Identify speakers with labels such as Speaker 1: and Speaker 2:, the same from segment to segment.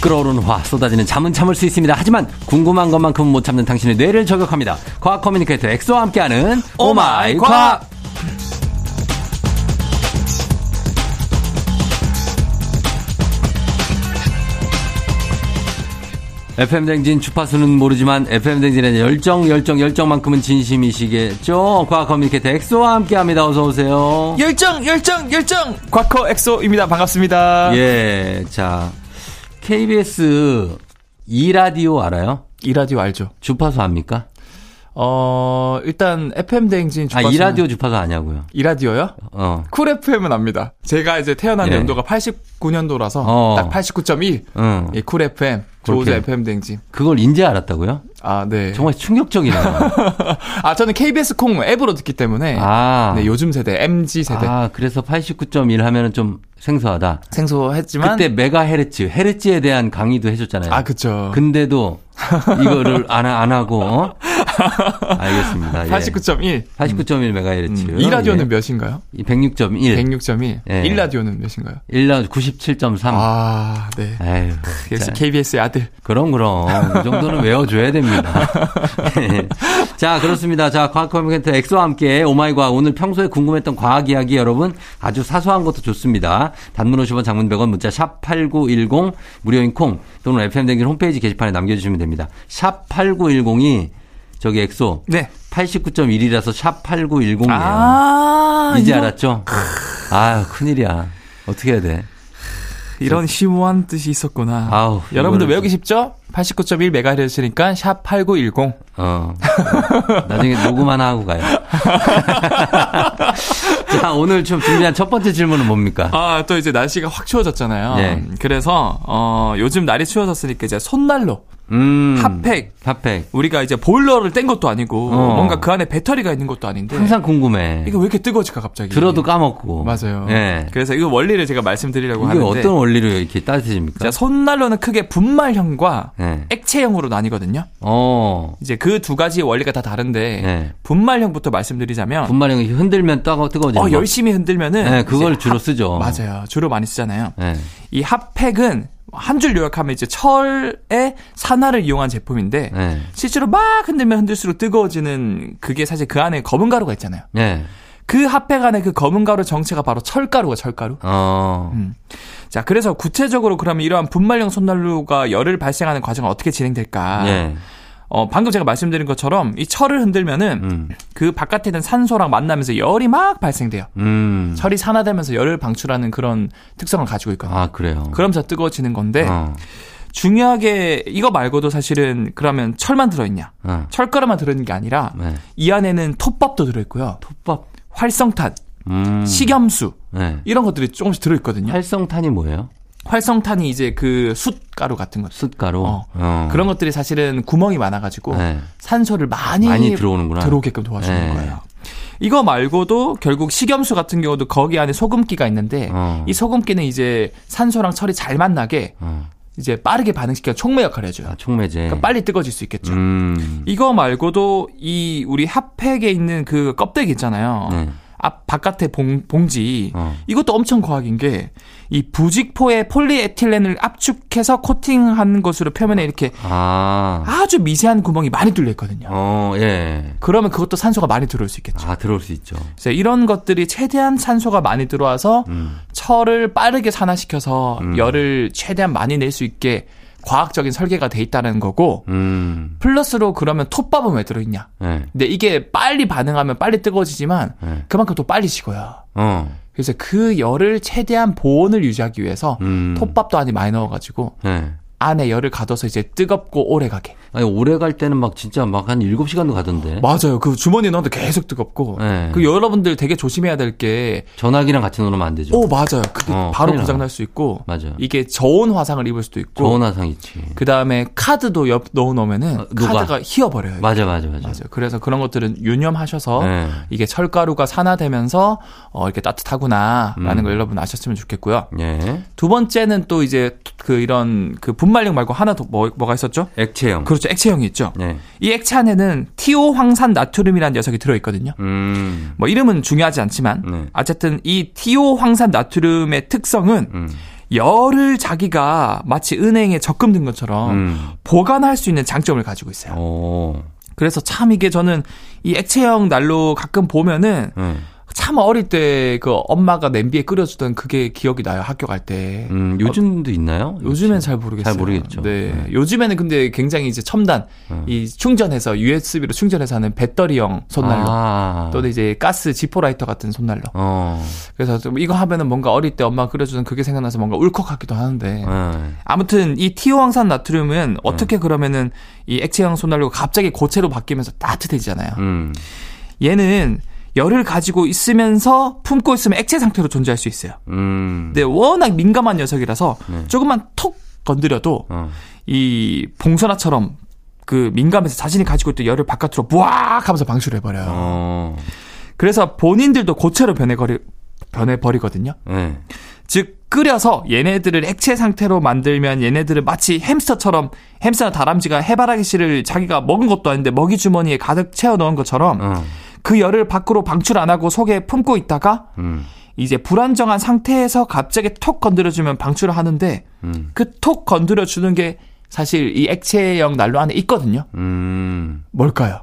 Speaker 1: 끓어오르는 화 쏟아지는 잠은 참을 수 있습니다. 하지만 궁금한 것만큼은 못 참는 당신의 뇌를 저격합니다. 과학 커뮤니케이터 엑소와 함께하는 오마이 과학. FM댕진 주파수는 모르지만 FM댕진의 열정, 열정, 열정만큼은 진심이시겠죠? 과학 커뮤니케이터 엑소와 함께 합니다. 어서오세요.
Speaker 2: 열정 열정 열정 과커 엑소입니다 반갑습니다
Speaker 1: 예, 자. KBS 이라디오 알아요?
Speaker 2: 이 라디오 알죠
Speaker 1: 주파수 압니까?
Speaker 2: 어 일단 FM 대행진
Speaker 1: 아,
Speaker 2: 주파수
Speaker 1: 이라디오 주파수 아냐고요.
Speaker 2: 이 라디오요
Speaker 1: 어.
Speaker 2: 쿨 FM은 압니다 제가 이제 태어난
Speaker 1: 예.
Speaker 2: 연도가 89년도라서
Speaker 1: 어.
Speaker 2: 딱 89.1
Speaker 1: 응.
Speaker 2: 예, 쿨 FM 조우자
Speaker 1: 그렇게.
Speaker 2: FM 대행진
Speaker 1: 어. 그걸 이제 알았다고요?
Speaker 2: 아네
Speaker 1: 정말 충격적이네요.
Speaker 2: 아 저는 KBS 콩 앱으로 듣기 때문에
Speaker 1: 아.
Speaker 2: 네 요즘 세대 MG 세대
Speaker 1: 아, 그래서 89.1 하면은 좀 생소하다.
Speaker 2: 생소했지만
Speaker 1: 그때 메가헤르츠, 헤르츠에 대한 강의도 해줬잖아요.
Speaker 2: 아 그쵸
Speaker 1: 근데도 이거를 안, 하- 안 하고, 어? 알겠습니다. 예.
Speaker 2: 89.1
Speaker 1: 89.1 메가헤르츠.
Speaker 2: 음.
Speaker 1: 예.
Speaker 2: 이 라디오는 몇인가요?
Speaker 1: 106.1.
Speaker 2: 106.1
Speaker 1: 예.
Speaker 2: 일 라디오는 몇인가요?
Speaker 1: 1라 97.3.
Speaker 2: 아, 네.
Speaker 1: 에휴.
Speaker 2: 역시
Speaker 1: 자,
Speaker 2: KBS의 아들.
Speaker 1: 그럼 그럼 이 정도는 외워줘야 됩니다. 예. 자 그렇습니다. 자 과학 커뮤니케이터 엑소와 함께 오마이 과학 오늘 평소에 궁금했던 과학 이야기 여러분 아주 사소한 것도 좋습니다. 단문 50원 장문 100원 문자 샵 #8910 무료인 콩 또는 FM 댕진 홈페이지 게시판에 남겨주시면 됩니다. 샵 #8910이 저기 엑소
Speaker 2: 네.
Speaker 1: 89.1이라서 샵 8910이에요.
Speaker 2: 아,
Speaker 1: 이제
Speaker 2: 이런,
Speaker 1: 알았죠? 아 큰일이야. 어떻게 해야 돼?
Speaker 2: 이런 심오한 뜻이 있었구나.
Speaker 1: 아우,
Speaker 2: 여러분들
Speaker 1: 이거를-
Speaker 2: 외우기 쉽죠? 89.1MHz니까 샵 8910.
Speaker 1: 어. 나중에 녹음 하나 하고 가요. 자, 오늘 좀 준비한 첫 번째 질문은 뭡니까?
Speaker 2: 아, 또 이제 날씨가 확 추워졌잖아요.
Speaker 1: 예.
Speaker 2: 그래서 어, 요즘 날이 추워졌으니까 이제 손난로,
Speaker 1: 음.
Speaker 2: 핫팩
Speaker 1: 핫팩.
Speaker 2: 우리가 이제 보일러를 뗀 것도 아니고
Speaker 1: 어.
Speaker 2: 뭔가 그 안에 배터리가 있는 것도 아닌데
Speaker 1: 항상 궁금해.
Speaker 2: 이게 왜 이렇게 뜨거워질까 갑자기.
Speaker 1: 들어도 까먹고.
Speaker 2: 맞아요.
Speaker 1: 예.
Speaker 2: 그래서 이거 원리를 제가 말씀드리려고
Speaker 1: 이게
Speaker 2: 하는데
Speaker 1: 어떤 원리로 이렇게 따뜻해집니까?
Speaker 2: 자, 손난로는 크게 분말형과
Speaker 1: 예.
Speaker 2: 액체형으로 나뉘거든요.
Speaker 1: 어.
Speaker 2: 이제 그 두 가지 원리가 다 다른데
Speaker 1: 네.
Speaker 2: 분말형부터 말씀드리자면
Speaker 1: 분말형이 흔들면 뜨거, 뜨거워지는
Speaker 2: 어
Speaker 1: 거.
Speaker 2: 열심히 흔들면은
Speaker 1: 예, 그걸
Speaker 2: 이제
Speaker 1: 주로
Speaker 2: 핫-
Speaker 1: 쓰죠.
Speaker 2: 맞아요. 주로 많이 쓰잖아요.
Speaker 1: 예.
Speaker 2: 이 핫팩은 한 줄 요약하면 이제 철의 산화를 이용한 제품인데
Speaker 1: 예.
Speaker 2: 실제로 막 흔들면 흔들수록 뜨거워지는 그게 사실 그 안에 검은 가루가 있잖아요.
Speaker 1: 예.
Speaker 2: 그 핫팩 안에 그 검은 가루 정체가 바로 철가루가 철가루.
Speaker 1: 어.
Speaker 2: 음. 자, 그래서 구체적으로 그러면 이러한 분말형 손난로가 열을 발생하는 과정은 어떻게 진행될까?
Speaker 1: 예.
Speaker 2: 어, 방금 제가 말씀드린 것처럼 이 철을 흔들면은
Speaker 1: 음.
Speaker 2: 그 바깥에 있는 산소랑 만나면서 열이 막 발생돼요.
Speaker 1: 음.
Speaker 2: 철이 산화되면서 열을 방출하는 그런 특성을 가지고 있거든요.
Speaker 1: 아, 그래요.
Speaker 2: 그러면서 뜨거워지는 건데
Speaker 1: 어.
Speaker 2: 중요하게 이거 말고도 사실은 그러면 철만 들어있냐?
Speaker 1: 어.
Speaker 2: 철가루만 들어있는 게 아니라
Speaker 1: 네.
Speaker 2: 이 안에는 톱밥도 들어있고요.
Speaker 1: 톱밥.
Speaker 2: 활성탄,
Speaker 1: 음.
Speaker 2: 식염수
Speaker 1: 예.
Speaker 2: 이런 것들이 조금씩 들어있거든요.
Speaker 1: 활성탄이 뭐예요?
Speaker 2: 활성탄이 이제 그 숯가루 같은 것.
Speaker 1: 숯가루.
Speaker 2: 어.
Speaker 1: 어.
Speaker 2: 그런 것들이 사실은 구멍이 많아가지고
Speaker 1: 네.
Speaker 2: 산소를 많이,
Speaker 1: 많이 들어오는구나.
Speaker 2: 들어오게끔 도와주는
Speaker 1: 네.
Speaker 2: 거예요. 이거 말고도 결국 식염수 같은 경우도 거기 안에 소금기가 있는데
Speaker 1: 어.
Speaker 2: 이 소금기는 이제 산소랑 철이 잘 만나게
Speaker 1: 어.
Speaker 2: 이제 빠르게 반응시켜 촉매 역할을 해줘요.
Speaker 1: 아, 촉매제.
Speaker 2: 그러니까 빨리 뜨거워질 수 있겠죠.
Speaker 1: 음.
Speaker 2: 이거 말고도 이 우리 핫팩에 있는 그 껍데기 있잖아요.
Speaker 1: 네.
Speaker 2: 앞 바깥에 봉, 봉지
Speaker 1: 어.
Speaker 2: 이것도 엄청 과학인 게 이 부직포에 폴리에틸렌을 압축해서 코팅한 것으로 표면에 이렇게
Speaker 1: 아.
Speaker 2: 아주 미세한 구멍이 많이 뚫려 있거든요.
Speaker 1: 어, 예.
Speaker 2: 그러면 그것도 산소가 많이 들어올 수 있겠죠.
Speaker 1: 아, 들어올 수 있죠.
Speaker 2: 그래서 이런 것들이 최대한 산소가 많이 들어와서
Speaker 1: 음.
Speaker 2: 철을 빠르게 산화시켜서
Speaker 1: 음.
Speaker 2: 열을 최대한 많이 낼 수 있게 과학적인 설계가 돼 있다는 거고
Speaker 1: 음.
Speaker 2: 플러스로 그러면 톱밥은 왜 들어있냐?
Speaker 1: 예.
Speaker 2: 근데 이게 빨리 반응하면 빨리 뜨거워지지만
Speaker 1: 예.
Speaker 2: 그만큼 또 빨리 식어요.
Speaker 1: 어.
Speaker 2: 그래서 그 열을 최대한 보온을 유지하기 위해서
Speaker 1: 음.
Speaker 2: 톱밥도 안에 많이 넣어가지고
Speaker 1: 예.
Speaker 2: 안에 열을 가둬서 이제 뜨겁고 오래가게.
Speaker 1: 아니, 오래 갈 때는 막 진짜 막 한 7시간도 가던데.
Speaker 2: 맞아요. 그 주머니에 넣어도 계속 뜨겁고.
Speaker 1: 예.
Speaker 2: 그 여러분들 되게 조심해야 될 게,
Speaker 1: 전화기랑 같이 놓으면 안 되죠.
Speaker 2: 오, 맞아요. 그게
Speaker 1: 네. 어,
Speaker 2: 바로
Speaker 1: 큰일 나요.
Speaker 2: 고장날 수 있고,
Speaker 1: 맞아요.
Speaker 2: 어. 이게 저온 화상을 입을 수도 있고,
Speaker 1: 저온화상 있지.
Speaker 2: 그 다음에 카드도 옆 넣어놓으면은
Speaker 1: 어, 녹아.
Speaker 2: 카드가 휘어버려요.
Speaker 1: 맞아, 맞아, 맞아.
Speaker 2: 맞아요. 그래서 그런 것들은 유념하셔서
Speaker 1: 예.
Speaker 2: 이게 철가루가 산화되면서 어, 이렇게 따뜻하구나라는
Speaker 1: 음.
Speaker 2: 걸 여러분 아셨으면 좋겠고요.
Speaker 1: 예.
Speaker 2: 두 번째는 또 이제 그 이런 그 분말형 말고 하나 더 뭐, 뭐가 있었죠?
Speaker 1: 액체형.
Speaker 2: 그렇죠. 액체형이 있죠.
Speaker 1: 예.
Speaker 2: 이 액체 안에는 티오 황산 나트륨이라는 녀석이 들어있거든요.
Speaker 1: 음.
Speaker 2: 뭐 이름은 중요하지 않지만
Speaker 1: 네.
Speaker 2: 어쨌든 이 티오 황산 나트륨의 특성은
Speaker 1: 음.
Speaker 2: 열을 자기가 마치 은행에 적금 든 것처럼
Speaker 1: 음.
Speaker 2: 보관할 수 있는 장점을 가지고 있어요.
Speaker 1: 어.
Speaker 2: 그래서 참 이게 저는 이 액체형 난로 가끔 보면은
Speaker 1: 음.
Speaker 2: 참 어릴 때 그 엄마가 냄비에 끓여주던 그게 기억이 나요. 학교 갈 때.
Speaker 1: 음, 요즘도 있나요?
Speaker 2: 요즘엔 잘 모르겠어요.
Speaker 1: 잘 모르겠죠.
Speaker 2: 네.
Speaker 1: 네.
Speaker 2: 요즘에는 근데 굉장히 이제 첨단,
Speaker 1: 음.
Speaker 2: 이 충전해서, USB로 충전해서 하는 배터리형 손난로.
Speaker 1: 아.
Speaker 2: 또는 이제 가스 지포라이터 같은 손난로.
Speaker 1: 어.
Speaker 2: 그래서 좀 이거 하면은 뭔가 어릴 때 엄마가 끓여주는 그게 생각나서 뭔가 울컥하기도 하는데.
Speaker 1: 네.
Speaker 2: 아무튼 이 티오황산
Speaker 1: 음.
Speaker 2: 나트륨은 어떻게 그러면은 이 액체형 손난로가 갑자기 고체로 바뀌면서 따뜻해지잖아요.
Speaker 1: 음.
Speaker 2: 얘는 열을 가지고 있으면서 품고 있으면 액체 상태로 존재할 수 있어요.
Speaker 1: 음.
Speaker 2: 근데 워낙 민감한 녀석이라서
Speaker 1: 네.
Speaker 2: 조금만 톡 건드려도
Speaker 1: 어.
Speaker 2: 이 봉선화처럼 그 민감해서 자신이 가지고 있던 열을 바깥으로 부악 하면서 방출해 버려요.
Speaker 1: 어.
Speaker 2: 그래서 본인들도 고체로 변해거리 변해 버리거든요.
Speaker 1: 네.
Speaker 2: 즉 끓여서 얘네들을 액체 상태로 만들면 얘네들은 마치 햄스터처럼 햄스터나 다람쥐가 해바라기 씨를 자기가 먹은 것도 아닌데 먹이 주머니에 가득 채워 넣은 것처럼
Speaker 1: 어.
Speaker 2: 그 열을 밖으로 방출 안 하고 속에 품고 있다가
Speaker 1: 음.
Speaker 2: 이제 불안정한 상태에서 갑자기 톡 건드려주면 방출을 하는데
Speaker 1: 음.
Speaker 2: 그 톡 건드려주는 게 사실 이 액체형 난로 안에 있거든요.
Speaker 1: 음.
Speaker 2: 뭘까요?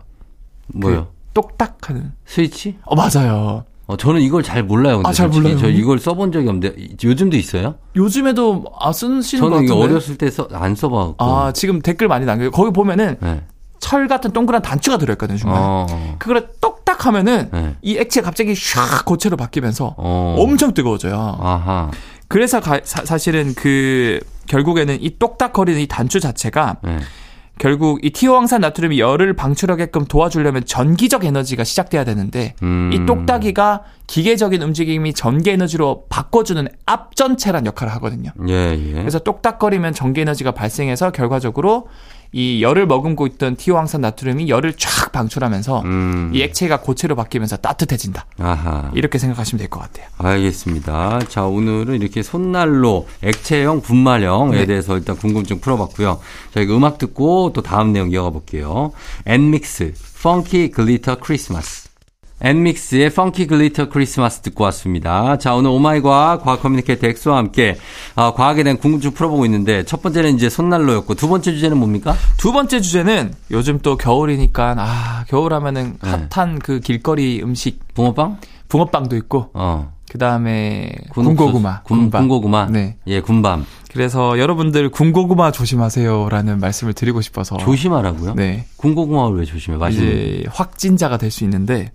Speaker 1: 뭐요?
Speaker 2: 똑딱하는.
Speaker 1: 스위치?
Speaker 2: 어 맞아요.
Speaker 1: 어, 저는 이걸 잘 몰라요. 근데
Speaker 2: 아, 잘
Speaker 1: 솔직히.
Speaker 2: 몰라요?
Speaker 1: 저 이걸 써본 적이 없는데 이- 요즘도 있어요?
Speaker 2: 요즘에도 아 쓰시는
Speaker 1: 저는
Speaker 2: 것 같은데.
Speaker 1: 이거 어렸을 때 안 써봤고.
Speaker 2: 아 지금 댓글 많이 남겨요. 거기 보면은
Speaker 1: 네.
Speaker 2: 철 같은 동그란 단추가 들어있거든요. 중간에.
Speaker 1: 어.
Speaker 2: 그거를 똑딱 하면은
Speaker 1: 네.
Speaker 2: 이 액체 가 갑자기 샥 고체로 바뀌면서
Speaker 1: 어.
Speaker 2: 엄청 뜨거워져요.
Speaker 1: 아하.
Speaker 2: 그래서 가- 사, 실은그 결국에는 이 똑딱거리는 이 단추 자체가
Speaker 1: 네.
Speaker 2: 결국 이 티오황산 나트륨이 열을 방출하게끔 도와주려면 전기적 에너지가 시작돼야 되는데
Speaker 1: 음.
Speaker 2: 이 똑딱이가 기계적인 움직임이 전기 에너지로 바꿔주는 앞전체란 역할을 하거든요.
Speaker 1: 예, 예.
Speaker 2: 그래서 똑딱거리면 전기 에너지가 발생해서 결과적으로 이 열을 머금고 있던 티오황산 나트륨이 열을 쫙 방출하면서
Speaker 1: 음.
Speaker 2: 이 액체가 고체로 바뀌면서 따뜻해진다.
Speaker 1: 아하.
Speaker 2: 이렇게 생각하시면 될 것 같아요.
Speaker 1: 알겠습니다. 자, 오늘은 이렇게 손난로, 액체형, 분말형에
Speaker 2: 네.
Speaker 1: 대해서 일단 궁금증 풀어봤고요. 저희가 음악 듣고 또 다음 내용 이어가 볼게요. 엔믹스, 펑키 글리터 크리스마스. 엔믹스의 펑키 글리터 크리스마스 듣고 왔습니다. 자, 오늘 오마이과 과학 커뮤니케이터 엑소와 함께 아, 과학에 대한 궁금증 풀어보고 있는데 첫 번째는 이제 손난로였고 두 번째 주제는 뭡니까?
Speaker 2: 두 번째 주제는 요즘 또 겨울이니까 아 겨울 하면은
Speaker 1: 네.
Speaker 2: 핫한 그 길거리 음식
Speaker 1: 붕어빵?
Speaker 2: 붕어빵도 있고
Speaker 1: 어.
Speaker 2: 그다음에
Speaker 1: 군옥수수.
Speaker 2: 군고구마,
Speaker 1: 군,
Speaker 2: 군밤.
Speaker 1: 군고구마.
Speaker 2: 네.
Speaker 1: 예, 군밤.
Speaker 2: 그래서 여러분들 군고구마 조심하세요라는 말씀을 드리고 싶어서
Speaker 1: 조심하라고요?
Speaker 2: 네.
Speaker 1: 군고구마를 왜 조심해? 맛있는
Speaker 2: 이제 확진자가 될 수 있는데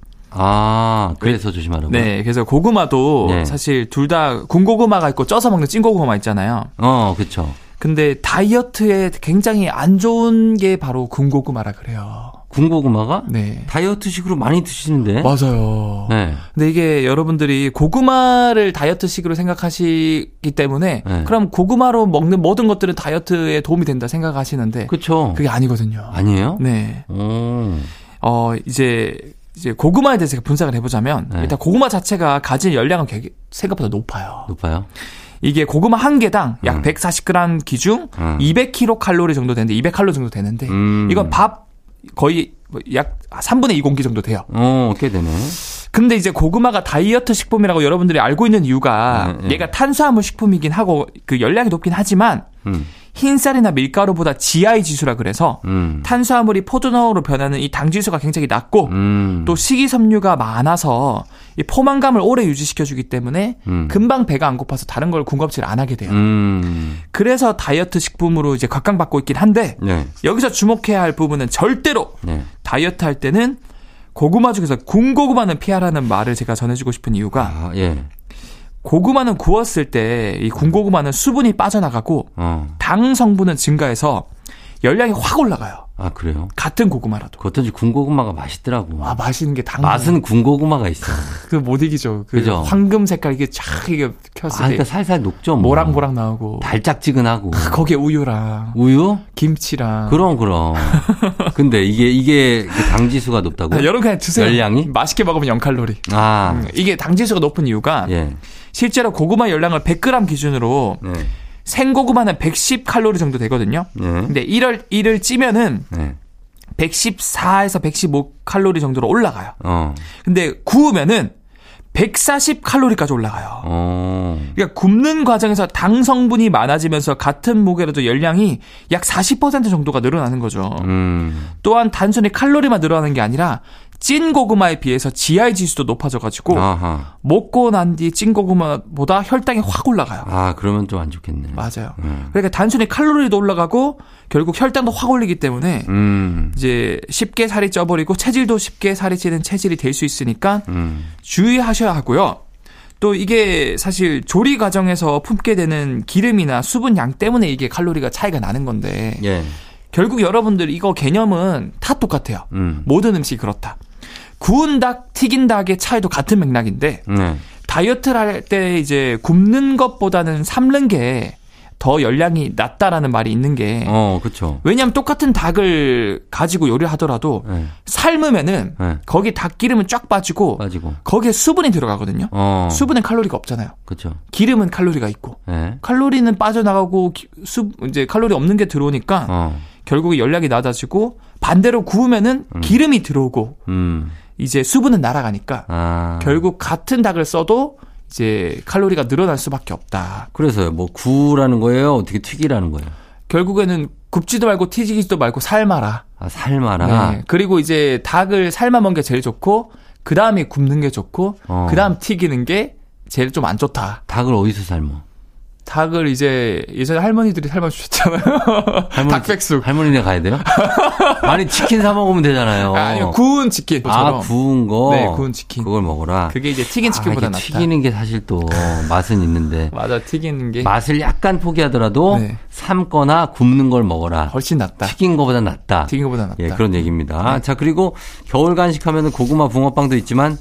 Speaker 1: 아, 그래서 조심하라고.
Speaker 2: 네 그래서 고구마도
Speaker 1: 네.
Speaker 2: 사실 둘 다 군고구마가 있고 쪄서 먹는 찐고구마 있잖아요
Speaker 1: 어, 그쵸.
Speaker 2: 근데 다이어트에 굉장히 안 좋은 게 바로 군고구마라 그래요
Speaker 1: 군고구마가
Speaker 2: 네
Speaker 1: 다이어트식으로 많이 드시는데.
Speaker 2: 맞아요
Speaker 1: 네.
Speaker 2: 근데 이게 여러분들이 고구마를 다이어트식으로 생각하시기 때문에
Speaker 1: 네.
Speaker 2: 그럼 고구마로 먹는 모든 것들은 다이어트에 도움이 된다 생각하시는데
Speaker 1: 그쵸.
Speaker 2: 네. 그게 아니거든요
Speaker 1: 아니에요?
Speaker 2: 네
Speaker 1: 오,
Speaker 2: 어, 이제, 이제 고구마에 대해서 분석을 해보자면,
Speaker 1: 네.
Speaker 2: 일단 고구마 자체가 가진 열량은 되게 생각보다 높아요.
Speaker 1: 높아요.
Speaker 2: 이게 고구마 한 개당 약
Speaker 1: 음.
Speaker 2: 140g 기준
Speaker 1: 음.
Speaker 2: 200kcal 정도 되는데, 200칼로 정도 되는데,
Speaker 1: 음.
Speaker 2: 이건 밥 거의 뭐약 3분의 2 공기 정도 돼요.
Speaker 1: 어, 꽤 되네.
Speaker 2: 근데 이제 고구마가 다이어트 식품이라고 여러분들이 알고 있는 이유가
Speaker 1: 네, 네.
Speaker 2: 얘가 탄수화물 식품이긴 하고 그 열량이 높긴 하지만
Speaker 1: 음,
Speaker 2: 흰쌀이나 밀가루보다 GI 지수라 그래서
Speaker 1: 음,
Speaker 2: 탄수화물이 포도나무로 변하는 이 당 지수가 굉장히 낮고
Speaker 1: 음.
Speaker 2: 또 식이섬유가 많아서 이 포만감을 오래 유지시켜주기 때문에
Speaker 1: 음.
Speaker 2: 금방 배가 안 고파서 다른 걸 군것질 안 하게 돼요.
Speaker 1: 음,
Speaker 2: 그래서 다이어트 식품으로 이제 각광받고 있긴 한데
Speaker 1: 네,
Speaker 2: 여기서 주목해야 할 부분은 절대로
Speaker 1: 네.
Speaker 2: 다이어트 할 때는 고구마 중에서 군고구마는 피하라는 말을 제가 전해주고 싶은 이유가
Speaker 1: 아, 예.
Speaker 2: 고구마는 구웠을 때 이 군고구마는 수분이 빠져나가고
Speaker 1: 어,
Speaker 2: 당 성분은 증가해서 열량이 확 올라가요.
Speaker 1: 아, 그래요?
Speaker 2: 같은 고구마라도.
Speaker 1: 그렇든지 군고구마가 맛있더라고.
Speaker 2: 아 맛있는 게당
Speaker 1: 맛은 군고구마가 있어. 아,
Speaker 2: 그못 이기죠. 그
Speaker 1: 그죠?
Speaker 2: 황금 색깔 이게 쫙 이게
Speaker 1: 아,
Speaker 2: 켰을 때
Speaker 1: 그러니까 살살 녹죠. 뭐.
Speaker 2: 모락모락 나오고
Speaker 1: 달짝지근하고.
Speaker 2: 거기에 우유랑
Speaker 1: 우유?
Speaker 2: 김치랑
Speaker 1: 그럼, 그럼. 근데 이게, 이게 그 당지수가 높다고?
Speaker 2: 아, 여러분 그냥 드세요.
Speaker 1: 열량이?
Speaker 2: 맛있게 먹으면 0 칼로리.
Speaker 1: 아,
Speaker 2: 음, 이게 당지수가 높은 이유가
Speaker 1: 예.
Speaker 2: 실제로 고구마 열량을 100g 기준으로
Speaker 1: 네.
Speaker 2: 생고구마는 110 칼로리 정도 되거든요.
Speaker 1: 네.
Speaker 2: 근데 이를 이를 찌면은
Speaker 1: 네.
Speaker 2: 114에서 115 칼로리 정도로 올라가요.
Speaker 1: 어.
Speaker 2: 근데 구우면은 140 칼로리까지 올라가요.
Speaker 1: 어.
Speaker 2: 그러니까 굽는 과정에서 당 성분이 많아지면서 같은 무게라도 열량이 약 40% 정도가 늘어나는 거죠.
Speaker 1: 음.
Speaker 2: 또한 단순히 칼로리만 늘어나는 게 아니라 찐 고구마에 비해서 GI 지수도 높아져가지고
Speaker 1: 아하.
Speaker 2: 먹고 난 뒤 찐 고구마보다 혈당이 확 올라가요.
Speaker 1: 아, 그러면 좀 안 좋겠네.
Speaker 2: 맞아요.
Speaker 1: 음.
Speaker 2: 그러니까 단순히 칼로리도 올라가고 결국 혈당도 확 올리기 때문에
Speaker 1: 음.
Speaker 2: 이제 쉽게 살이 쪄버리고 체질도 쉽게 살이 찌는 체질이 될 수 있으니까
Speaker 1: 음.
Speaker 2: 주의하셔야 하고요. 또 이게 사실 조리 과정에서 품게 되는 기름이나 수분 양 때문에 이게 칼로리가 차이가 나는 건데
Speaker 1: 예.
Speaker 2: 결국 여러분들 이거 개념은 다 똑같아요.
Speaker 1: 음.
Speaker 2: 모든 음식이 그렇다. 구운 닭, 튀긴 닭의 차이도 같은 맥락인데
Speaker 1: 네.
Speaker 2: 다이어트를 할 때 이제 굽는 것보다는 삶는 게 더 열량이 낮다라는 말이 있는 게
Speaker 1: 어, 그쵸.
Speaker 2: 왜냐하면 똑같은 닭을 가지고 요리하더라도
Speaker 1: 예.
Speaker 2: 삶으면은
Speaker 1: 예.
Speaker 2: 거기 닭기름은 쫙 빠지고
Speaker 1: 빠지고.
Speaker 2: 거기에 수분이 들어가거든요.
Speaker 1: 어.
Speaker 2: 수분은 칼로리가 없잖아요.
Speaker 1: 그쵸.
Speaker 2: 기름은 칼로리가 있고
Speaker 1: 예.
Speaker 2: 칼로리는 빠져나가고 기- 수 이제 칼로리 없는 게 들어오니까
Speaker 1: 어.
Speaker 2: 결국에 열량이 낮아지고 반대로 구우면은 기름이 들어오고
Speaker 1: 음.
Speaker 2: 이제 수분은 날아가니까
Speaker 1: 아.
Speaker 2: 결국 같은 닭을 써도 이제 칼로리가 늘어날 수밖에 없다.
Speaker 1: 그래서요. 뭐 구라는 거예요? 어떻게 튀기라는 거예요?
Speaker 2: 결국에는 굽지도 말고 튀기지도 말고 삶아라.
Speaker 1: 아, 삶아라.
Speaker 2: 네. 그리고 이제 닭을 삶아 먹는 게 제일 좋고 그 다음에 굽는 게 좋고
Speaker 1: 어.
Speaker 2: 그 다음 튀기는 게 제일 좀 안 좋다.
Speaker 1: 닭을 어디서 삶어?
Speaker 2: 닭을 이제 예전에 할머니들이 삶아 주셨잖아요.
Speaker 1: 할머니-
Speaker 2: 닭백숙.
Speaker 1: 할머니네 가야 돼요? 아니, 치킨 사 먹으면 되잖아요.
Speaker 2: 아, 아니요 구운 치킨.
Speaker 1: 어. 아, 구운 거?
Speaker 2: 네, 구운 치킨.
Speaker 1: 그걸 먹어라.
Speaker 2: 그게 이제 튀긴
Speaker 1: 아,
Speaker 2: 치킨보다
Speaker 1: 이게
Speaker 2: 낫다.
Speaker 1: 튀기는 게 사실 또 맛은 있는데.
Speaker 2: 맞아 튀기는 게
Speaker 1: 맛을 약간 포기하더라도
Speaker 2: 네.
Speaker 1: 삶거나 굽는 걸 먹어라.
Speaker 2: 훨씬 낫다.
Speaker 1: 튀긴 거보다 낫다.
Speaker 2: 튀긴 것보다 낫다. 네.
Speaker 1: 예, 그런 얘기입니다. 자, 그리고 겨울 간식하면 고구마 붕어빵도 있지만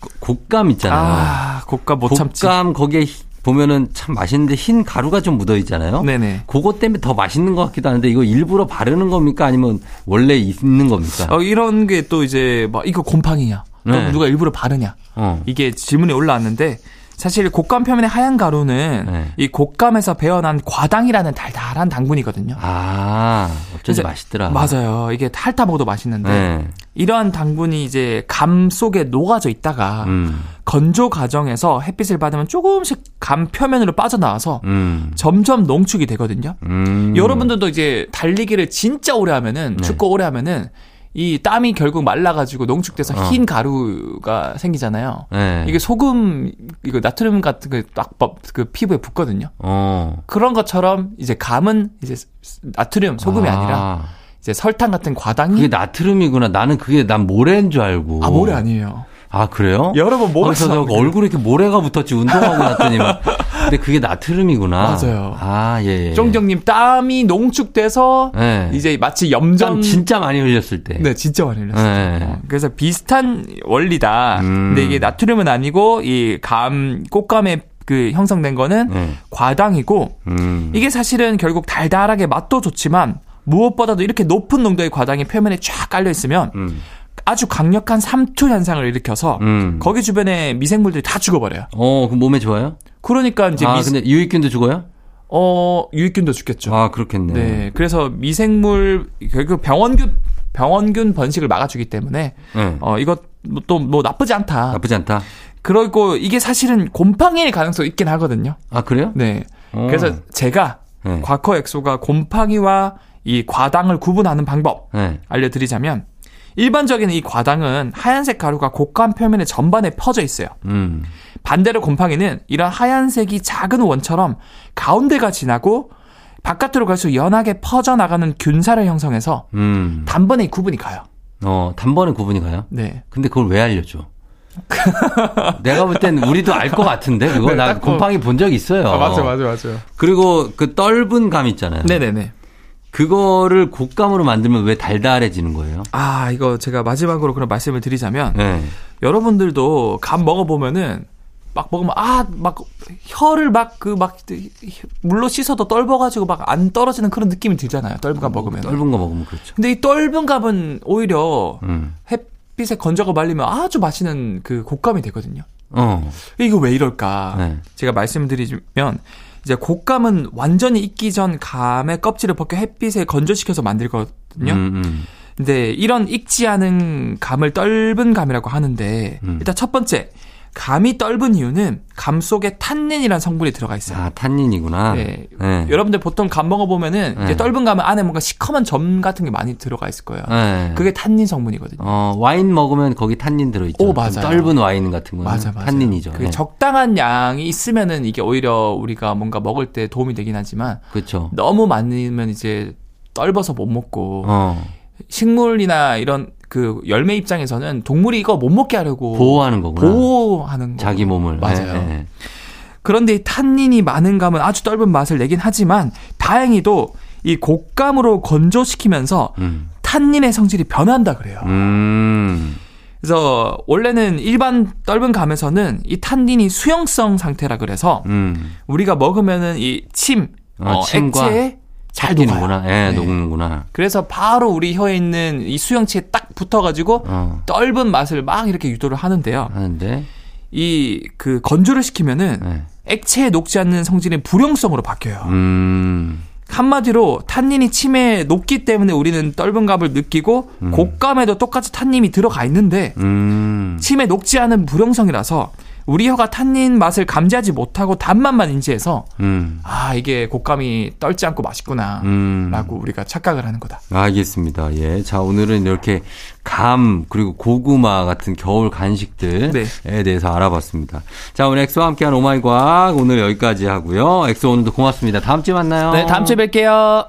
Speaker 1: 고- 곶감 있잖아요.
Speaker 2: 아 고가 못 참지.
Speaker 1: 곶감 거기에 히- 보면은 참 맛있는데 흰 가루가 좀 묻어 있잖아요.
Speaker 2: 네네.
Speaker 1: 그것 때문에 더 맛있는 것 같기도 하는데 이거 일부러 바르는 겁니까 아니면 원래 있는 겁니까?
Speaker 2: 어, 이런 게 또 이제 막 이거 곰팡이냐? 또
Speaker 1: 네.
Speaker 2: 누가 일부러 바르냐?
Speaker 1: 어.
Speaker 2: 이게 질문이 올라왔는데 사실 곶감 표면의 하얀 가루는
Speaker 1: 네.
Speaker 2: 이 곶감에서 배어난 과당이라는 달달한 당분이거든요.
Speaker 1: 아, 어쩐지
Speaker 2: 이제-
Speaker 1: 맛있더라.
Speaker 2: 맞아요. 이게 탈타 먹어도 맛있는데
Speaker 1: 네.
Speaker 2: 이러한 당분이 이제 감 속에 녹아져 있다가
Speaker 1: 음.
Speaker 2: 건조 과정에서 햇빛을 받으면 조금씩 감 표면으로 빠져나와서
Speaker 1: 음.
Speaker 2: 점점 농축이 되거든요.
Speaker 1: 음. 네.
Speaker 2: 여러분들도 이제 달리기를 진짜 오래 하면은 축구 오래 하면은 이 땀이 결국 말라가지고 농축돼서 흰 가루가 생기잖아요.
Speaker 1: 어. 네.
Speaker 2: 이게 소금 이거 나트륨 같은 그딱그 피부에 붙거든요.
Speaker 1: 어.
Speaker 2: 그런 것처럼 이제 감은 이제 나트륨 소금이 아. 니라 이제 설탕 같은 과당이
Speaker 1: 그게 나트륨이구나. 나는 그게 난 모래인 줄 알고.
Speaker 2: 아 모래 아니에요.
Speaker 1: 아, 그래요?
Speaker 2: 여러분 뭐
Speaker 1: 그래서
Speaker 2: 모래서
Speaker 1: 내가 얼굴에 이렇게 모래가 붙었지 운동하고 났더니 막. 근데 그게 나트륨이구나.
Speaker 2: 맞아요.
Speaker 1: 아, 예. 예.
Speaker 2: 쫑정님 땀이 농축돼서
Speaker 1: 예.
Speaker 2: 이제 마치
Speaker 1: 땀
Speaker 2: 염전
Speaker 1: 진짜 많이 흘렸을 때.
Speaker 2: 네, 진짜 많이 흘렸어요.
Speaker 1: 네.
Speaker 2: 어, 그래서 비슷한 원리다.
Speaker 1: 음.
Speaker 2: 근데 이게 나트륨은 아니고 이 감 꽃감에 그 형성된 거는
Speaker 1: 네.
Speaker 2: 과당이고
Speaker 1: 음.
Speaker 2: 이게 사실은 결국 달달하게 맛도 좋지만 무엇보다도 이렇게 높은 농도의 과당이 표면에 쫙 깔려 있으면
Speaker 1: 음.
Speaker 2: 아주 강력한 삼투 현상을 일으켜서
Speaker 1: 음.
Speaker 2: 거기 주변에 미생물들이 다 죽어버려요.
Speaker 1: 어, 그 몸에 좋아요?
Speaker 2: 그러니까 이제
Speaker 1: 아,
Speaker 2: 미,
Speaker 1: 근데 유익균도 죽어요?
Speaker 2: 어 유익균도 죽겠죠.
Speaker 1: 아, 그렇겠네.
Speaker 2: 네, 그래서 미생물 결국 병원균 병원균 번식을 막아주기 때문에
Speaker 1: 네.
Speaker 2: 어, 이거 또 뭐 나쁘지 않다.
Speaker 1: 나쁘지 않다.
Speaker 2: 그리고 이게 사실은 곰팡이일 가능성이 있긴 하거든요.
Speaker 1: 아, 그래요?
Speaker 2: 네.
Speaker 1: 어.
Speaker 2: 그래서 제가
Speaker 1: 네.
Speaker 2: 과커 엑소가 곰팡이와 이 과당을 구분하는 방법
Speaker 1: 네.
Speaker 2: 알려드리자면 일반적인 이 과당은 하얀색 가루가 곡감 표면에 전반에 퍼져 있어요.
Speaker 1: 음.
Speaker 2: 반대로 곰팡이는 이런 하얀색이 작은 원처럼 가운데가 지나고 바깥으로 갈수록 연하게 퍼져나가는 균사를 형성해서
Speaker 1: 음.
Speaker 2: 단번에 이 구분이 가요.
Speaker 1: 어, 단번에 구분이 가요?
Speaker 2: 네.
Speaker 1: 근데 그걸 왜 알려줘? 내가 볼 땐 우리도 알 것 같은데 그거
Speaker 2: 네,
Speaker 1: 나
Speaker 2: 딱 그-
Speaker 1: 곰팡이 본 적 있어요.
Speaker 2: 맞아요.
Speaker 1: 그리고 그 떫은 감 있잖아요.
Speaker 2: 네네네.
Speaker 1: 그거를 곶감으로 만들면 왜 달달해지는 거예요?
Speaker 2: 아, 이거 제가 마지막으로 그런 말씀을 드리자면
Speaker 1: 네.
Speaker 2: 여러분들도 감 먹어보면은 막 먹으면 아 막 혀를 막 그 막 물로 씻어도 떫어가지고 막 안 떨어지는 그런 느낌이 들잖아요. 떫은 감 먹으면.
Speaker 1: 음, 떫은 거 먹으면 그렇죠.
Speaker 2: 근데 이 떫은 감은 오히려
Speaker 1: 음.
Speaker 2: 햇빛에 건져가 말리면 아주 맛있는 그 곶감이 되거든요.
Speaker 1: 어.
Speaker 2: 이거 왜 이럴까?
Speaker 1: 네.
Speaker 2: 제가 말씀드리면 이제 곶감은 완전히 익기 전 감의 껍질을 벗겨 햇빛에 건조시켜서 만들거든요.
Speaker 1: 음, 음.
Speaker 2: 근데 이런 익지 않은 감을 떫은 감이라고 하는데
Speaker 1: 음.
Speaker 2: 일단 첫 번째 감이 떫은 이유는 감 속에 탄닌이라는 성분이 들어가 있어요.
Speaker 1: 아, 탄닌이구나.
Speaker 2: 네.
Speaker 1: 네.
Speaker 2: 여러분들 보통 감 먹어보면은
Speaker 1: 네.
Speaker 2: 이제 떫은 감은 안에 뭔가 시커먼 점 같은 게 많이 들어가 있을 거예요.
Speaker 1: 네.
Speaker 2: 그게 탄닌 성분이거든요.
Speaker 1: 어, 와인 먹으면 거기 탄닌 들어있죠.
Speaker 2: 오, 맞아요.
Speaker 1: 떫은 와인 같은 거는
Speaker 2: 맞아, 맞아.
Speaker 1: 탄닌이죠. 예. 네,
Speaker 2: 그게 적당한 양이 있으면은 이게 오히려 우리가 뭔가 먹을 때 도움이 되긴 하지만
Speaker 1: 그렇죠.
Speaker 2: 너무 많으면 이제 떫어서 못 먹고
Speaker 1: 어,
Speaker 2: 식물이나 이런 그 열매 입장에서는 동물이 이거 못 먹게 하려고
Speaker 1: 보호하는 거구나.
Speaker 2: 하는 거.
Speaker 1: 자기 몸을.
Speaker 2: 맞아요.
Speaker 1: 예, 예.
Speaker 2: 그런데 이 탄닌이 많은 감은 아주 떫은 맛을 내긴 하지만 다행히도 이 곡감으로 건조시키면서
Speaker 1: 음.
Speaker 2: 탄닌의 성질이 변한다 그래요.
Speaker 1: 음.
Speaker 2: 그래서 원래는 일반 떫은 감에서는 이 탄닌이 수용성 상태라 그래서
Speaker 1: 음.
Speaker 2: 우리가 먹으면은 이 침
Speaker 1: 아,
Speaker 2: 어,
Speaker 1: 침과
Speaker 2: 액체에 잘 녹아요.
Speaker 1: 녹는구나. 예,
Speaker 2: 네.
Speaker 1: 녹는구나.
Speaker 2: 그래서 바로 우리 혀에 있는 이 수용체에 딱 붙어가지고
Speaker 1: 어.
Speaker 2: 떫은 맛을 막 이렇게 유도를 하는데요.
Speaker 1: 하는데,
Speaker 2: 이 그 건조를 시키면은
Speaker 1: 예.
Speaker 2: 액체에 녹지 않는 성질이 불용성으로 바뀌어요.
Speaker 1: 음.
Speaker 2: 한마디로 탄닌이 침에 녹기 때문에 우리는 떫은 감을 느끼고
Speaker 1: 음.
Speaker 2: 곡감에도 똑같이 탄닌이 들어가 있는데
Speaker 1: 음.
Speaker 2: 침에 녹지 않은 불용성이라서 우리 혀가 탄닌 맛을 감지하지 못하고 단맛만 인지해서
Speaker 1: 음.
Speaker 2: 아 이게 곡감이 떫지 않고 맛있구나
Speaker 1: 음.
Speaker 2: 라고 우리가 착각을 하는 거다.
Speaker 1: 아, 알겠습니다. 예. 자, 오늘은 이렇게 감, 그리고 고구마 같은 겨울 간식들에 대해서 알아봤습니다. 자, 오늘 엑소와 함께한 오마이 과학 오늘 여기까지 하고요. 엑소 오늘도 고맙습니다. 네, 다음주에 만나요.
Speaker 2: 뵐게요.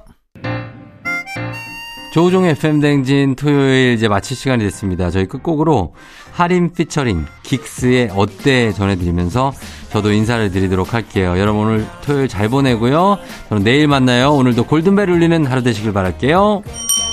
Speaker 1: 조우종 FM 댕진 토요일 이제 마칠 시간이 됐습니다. 저희 끝곡으로 하림 피처링 긱스의 어때 전해드리면서 저도 인사를 드리도록 할게요. 여러분 오늘 토요일 잘 보내고요. 저는 내일 만나요. 오늘도 골든벨 울리는 하루 되시길 바랄게요.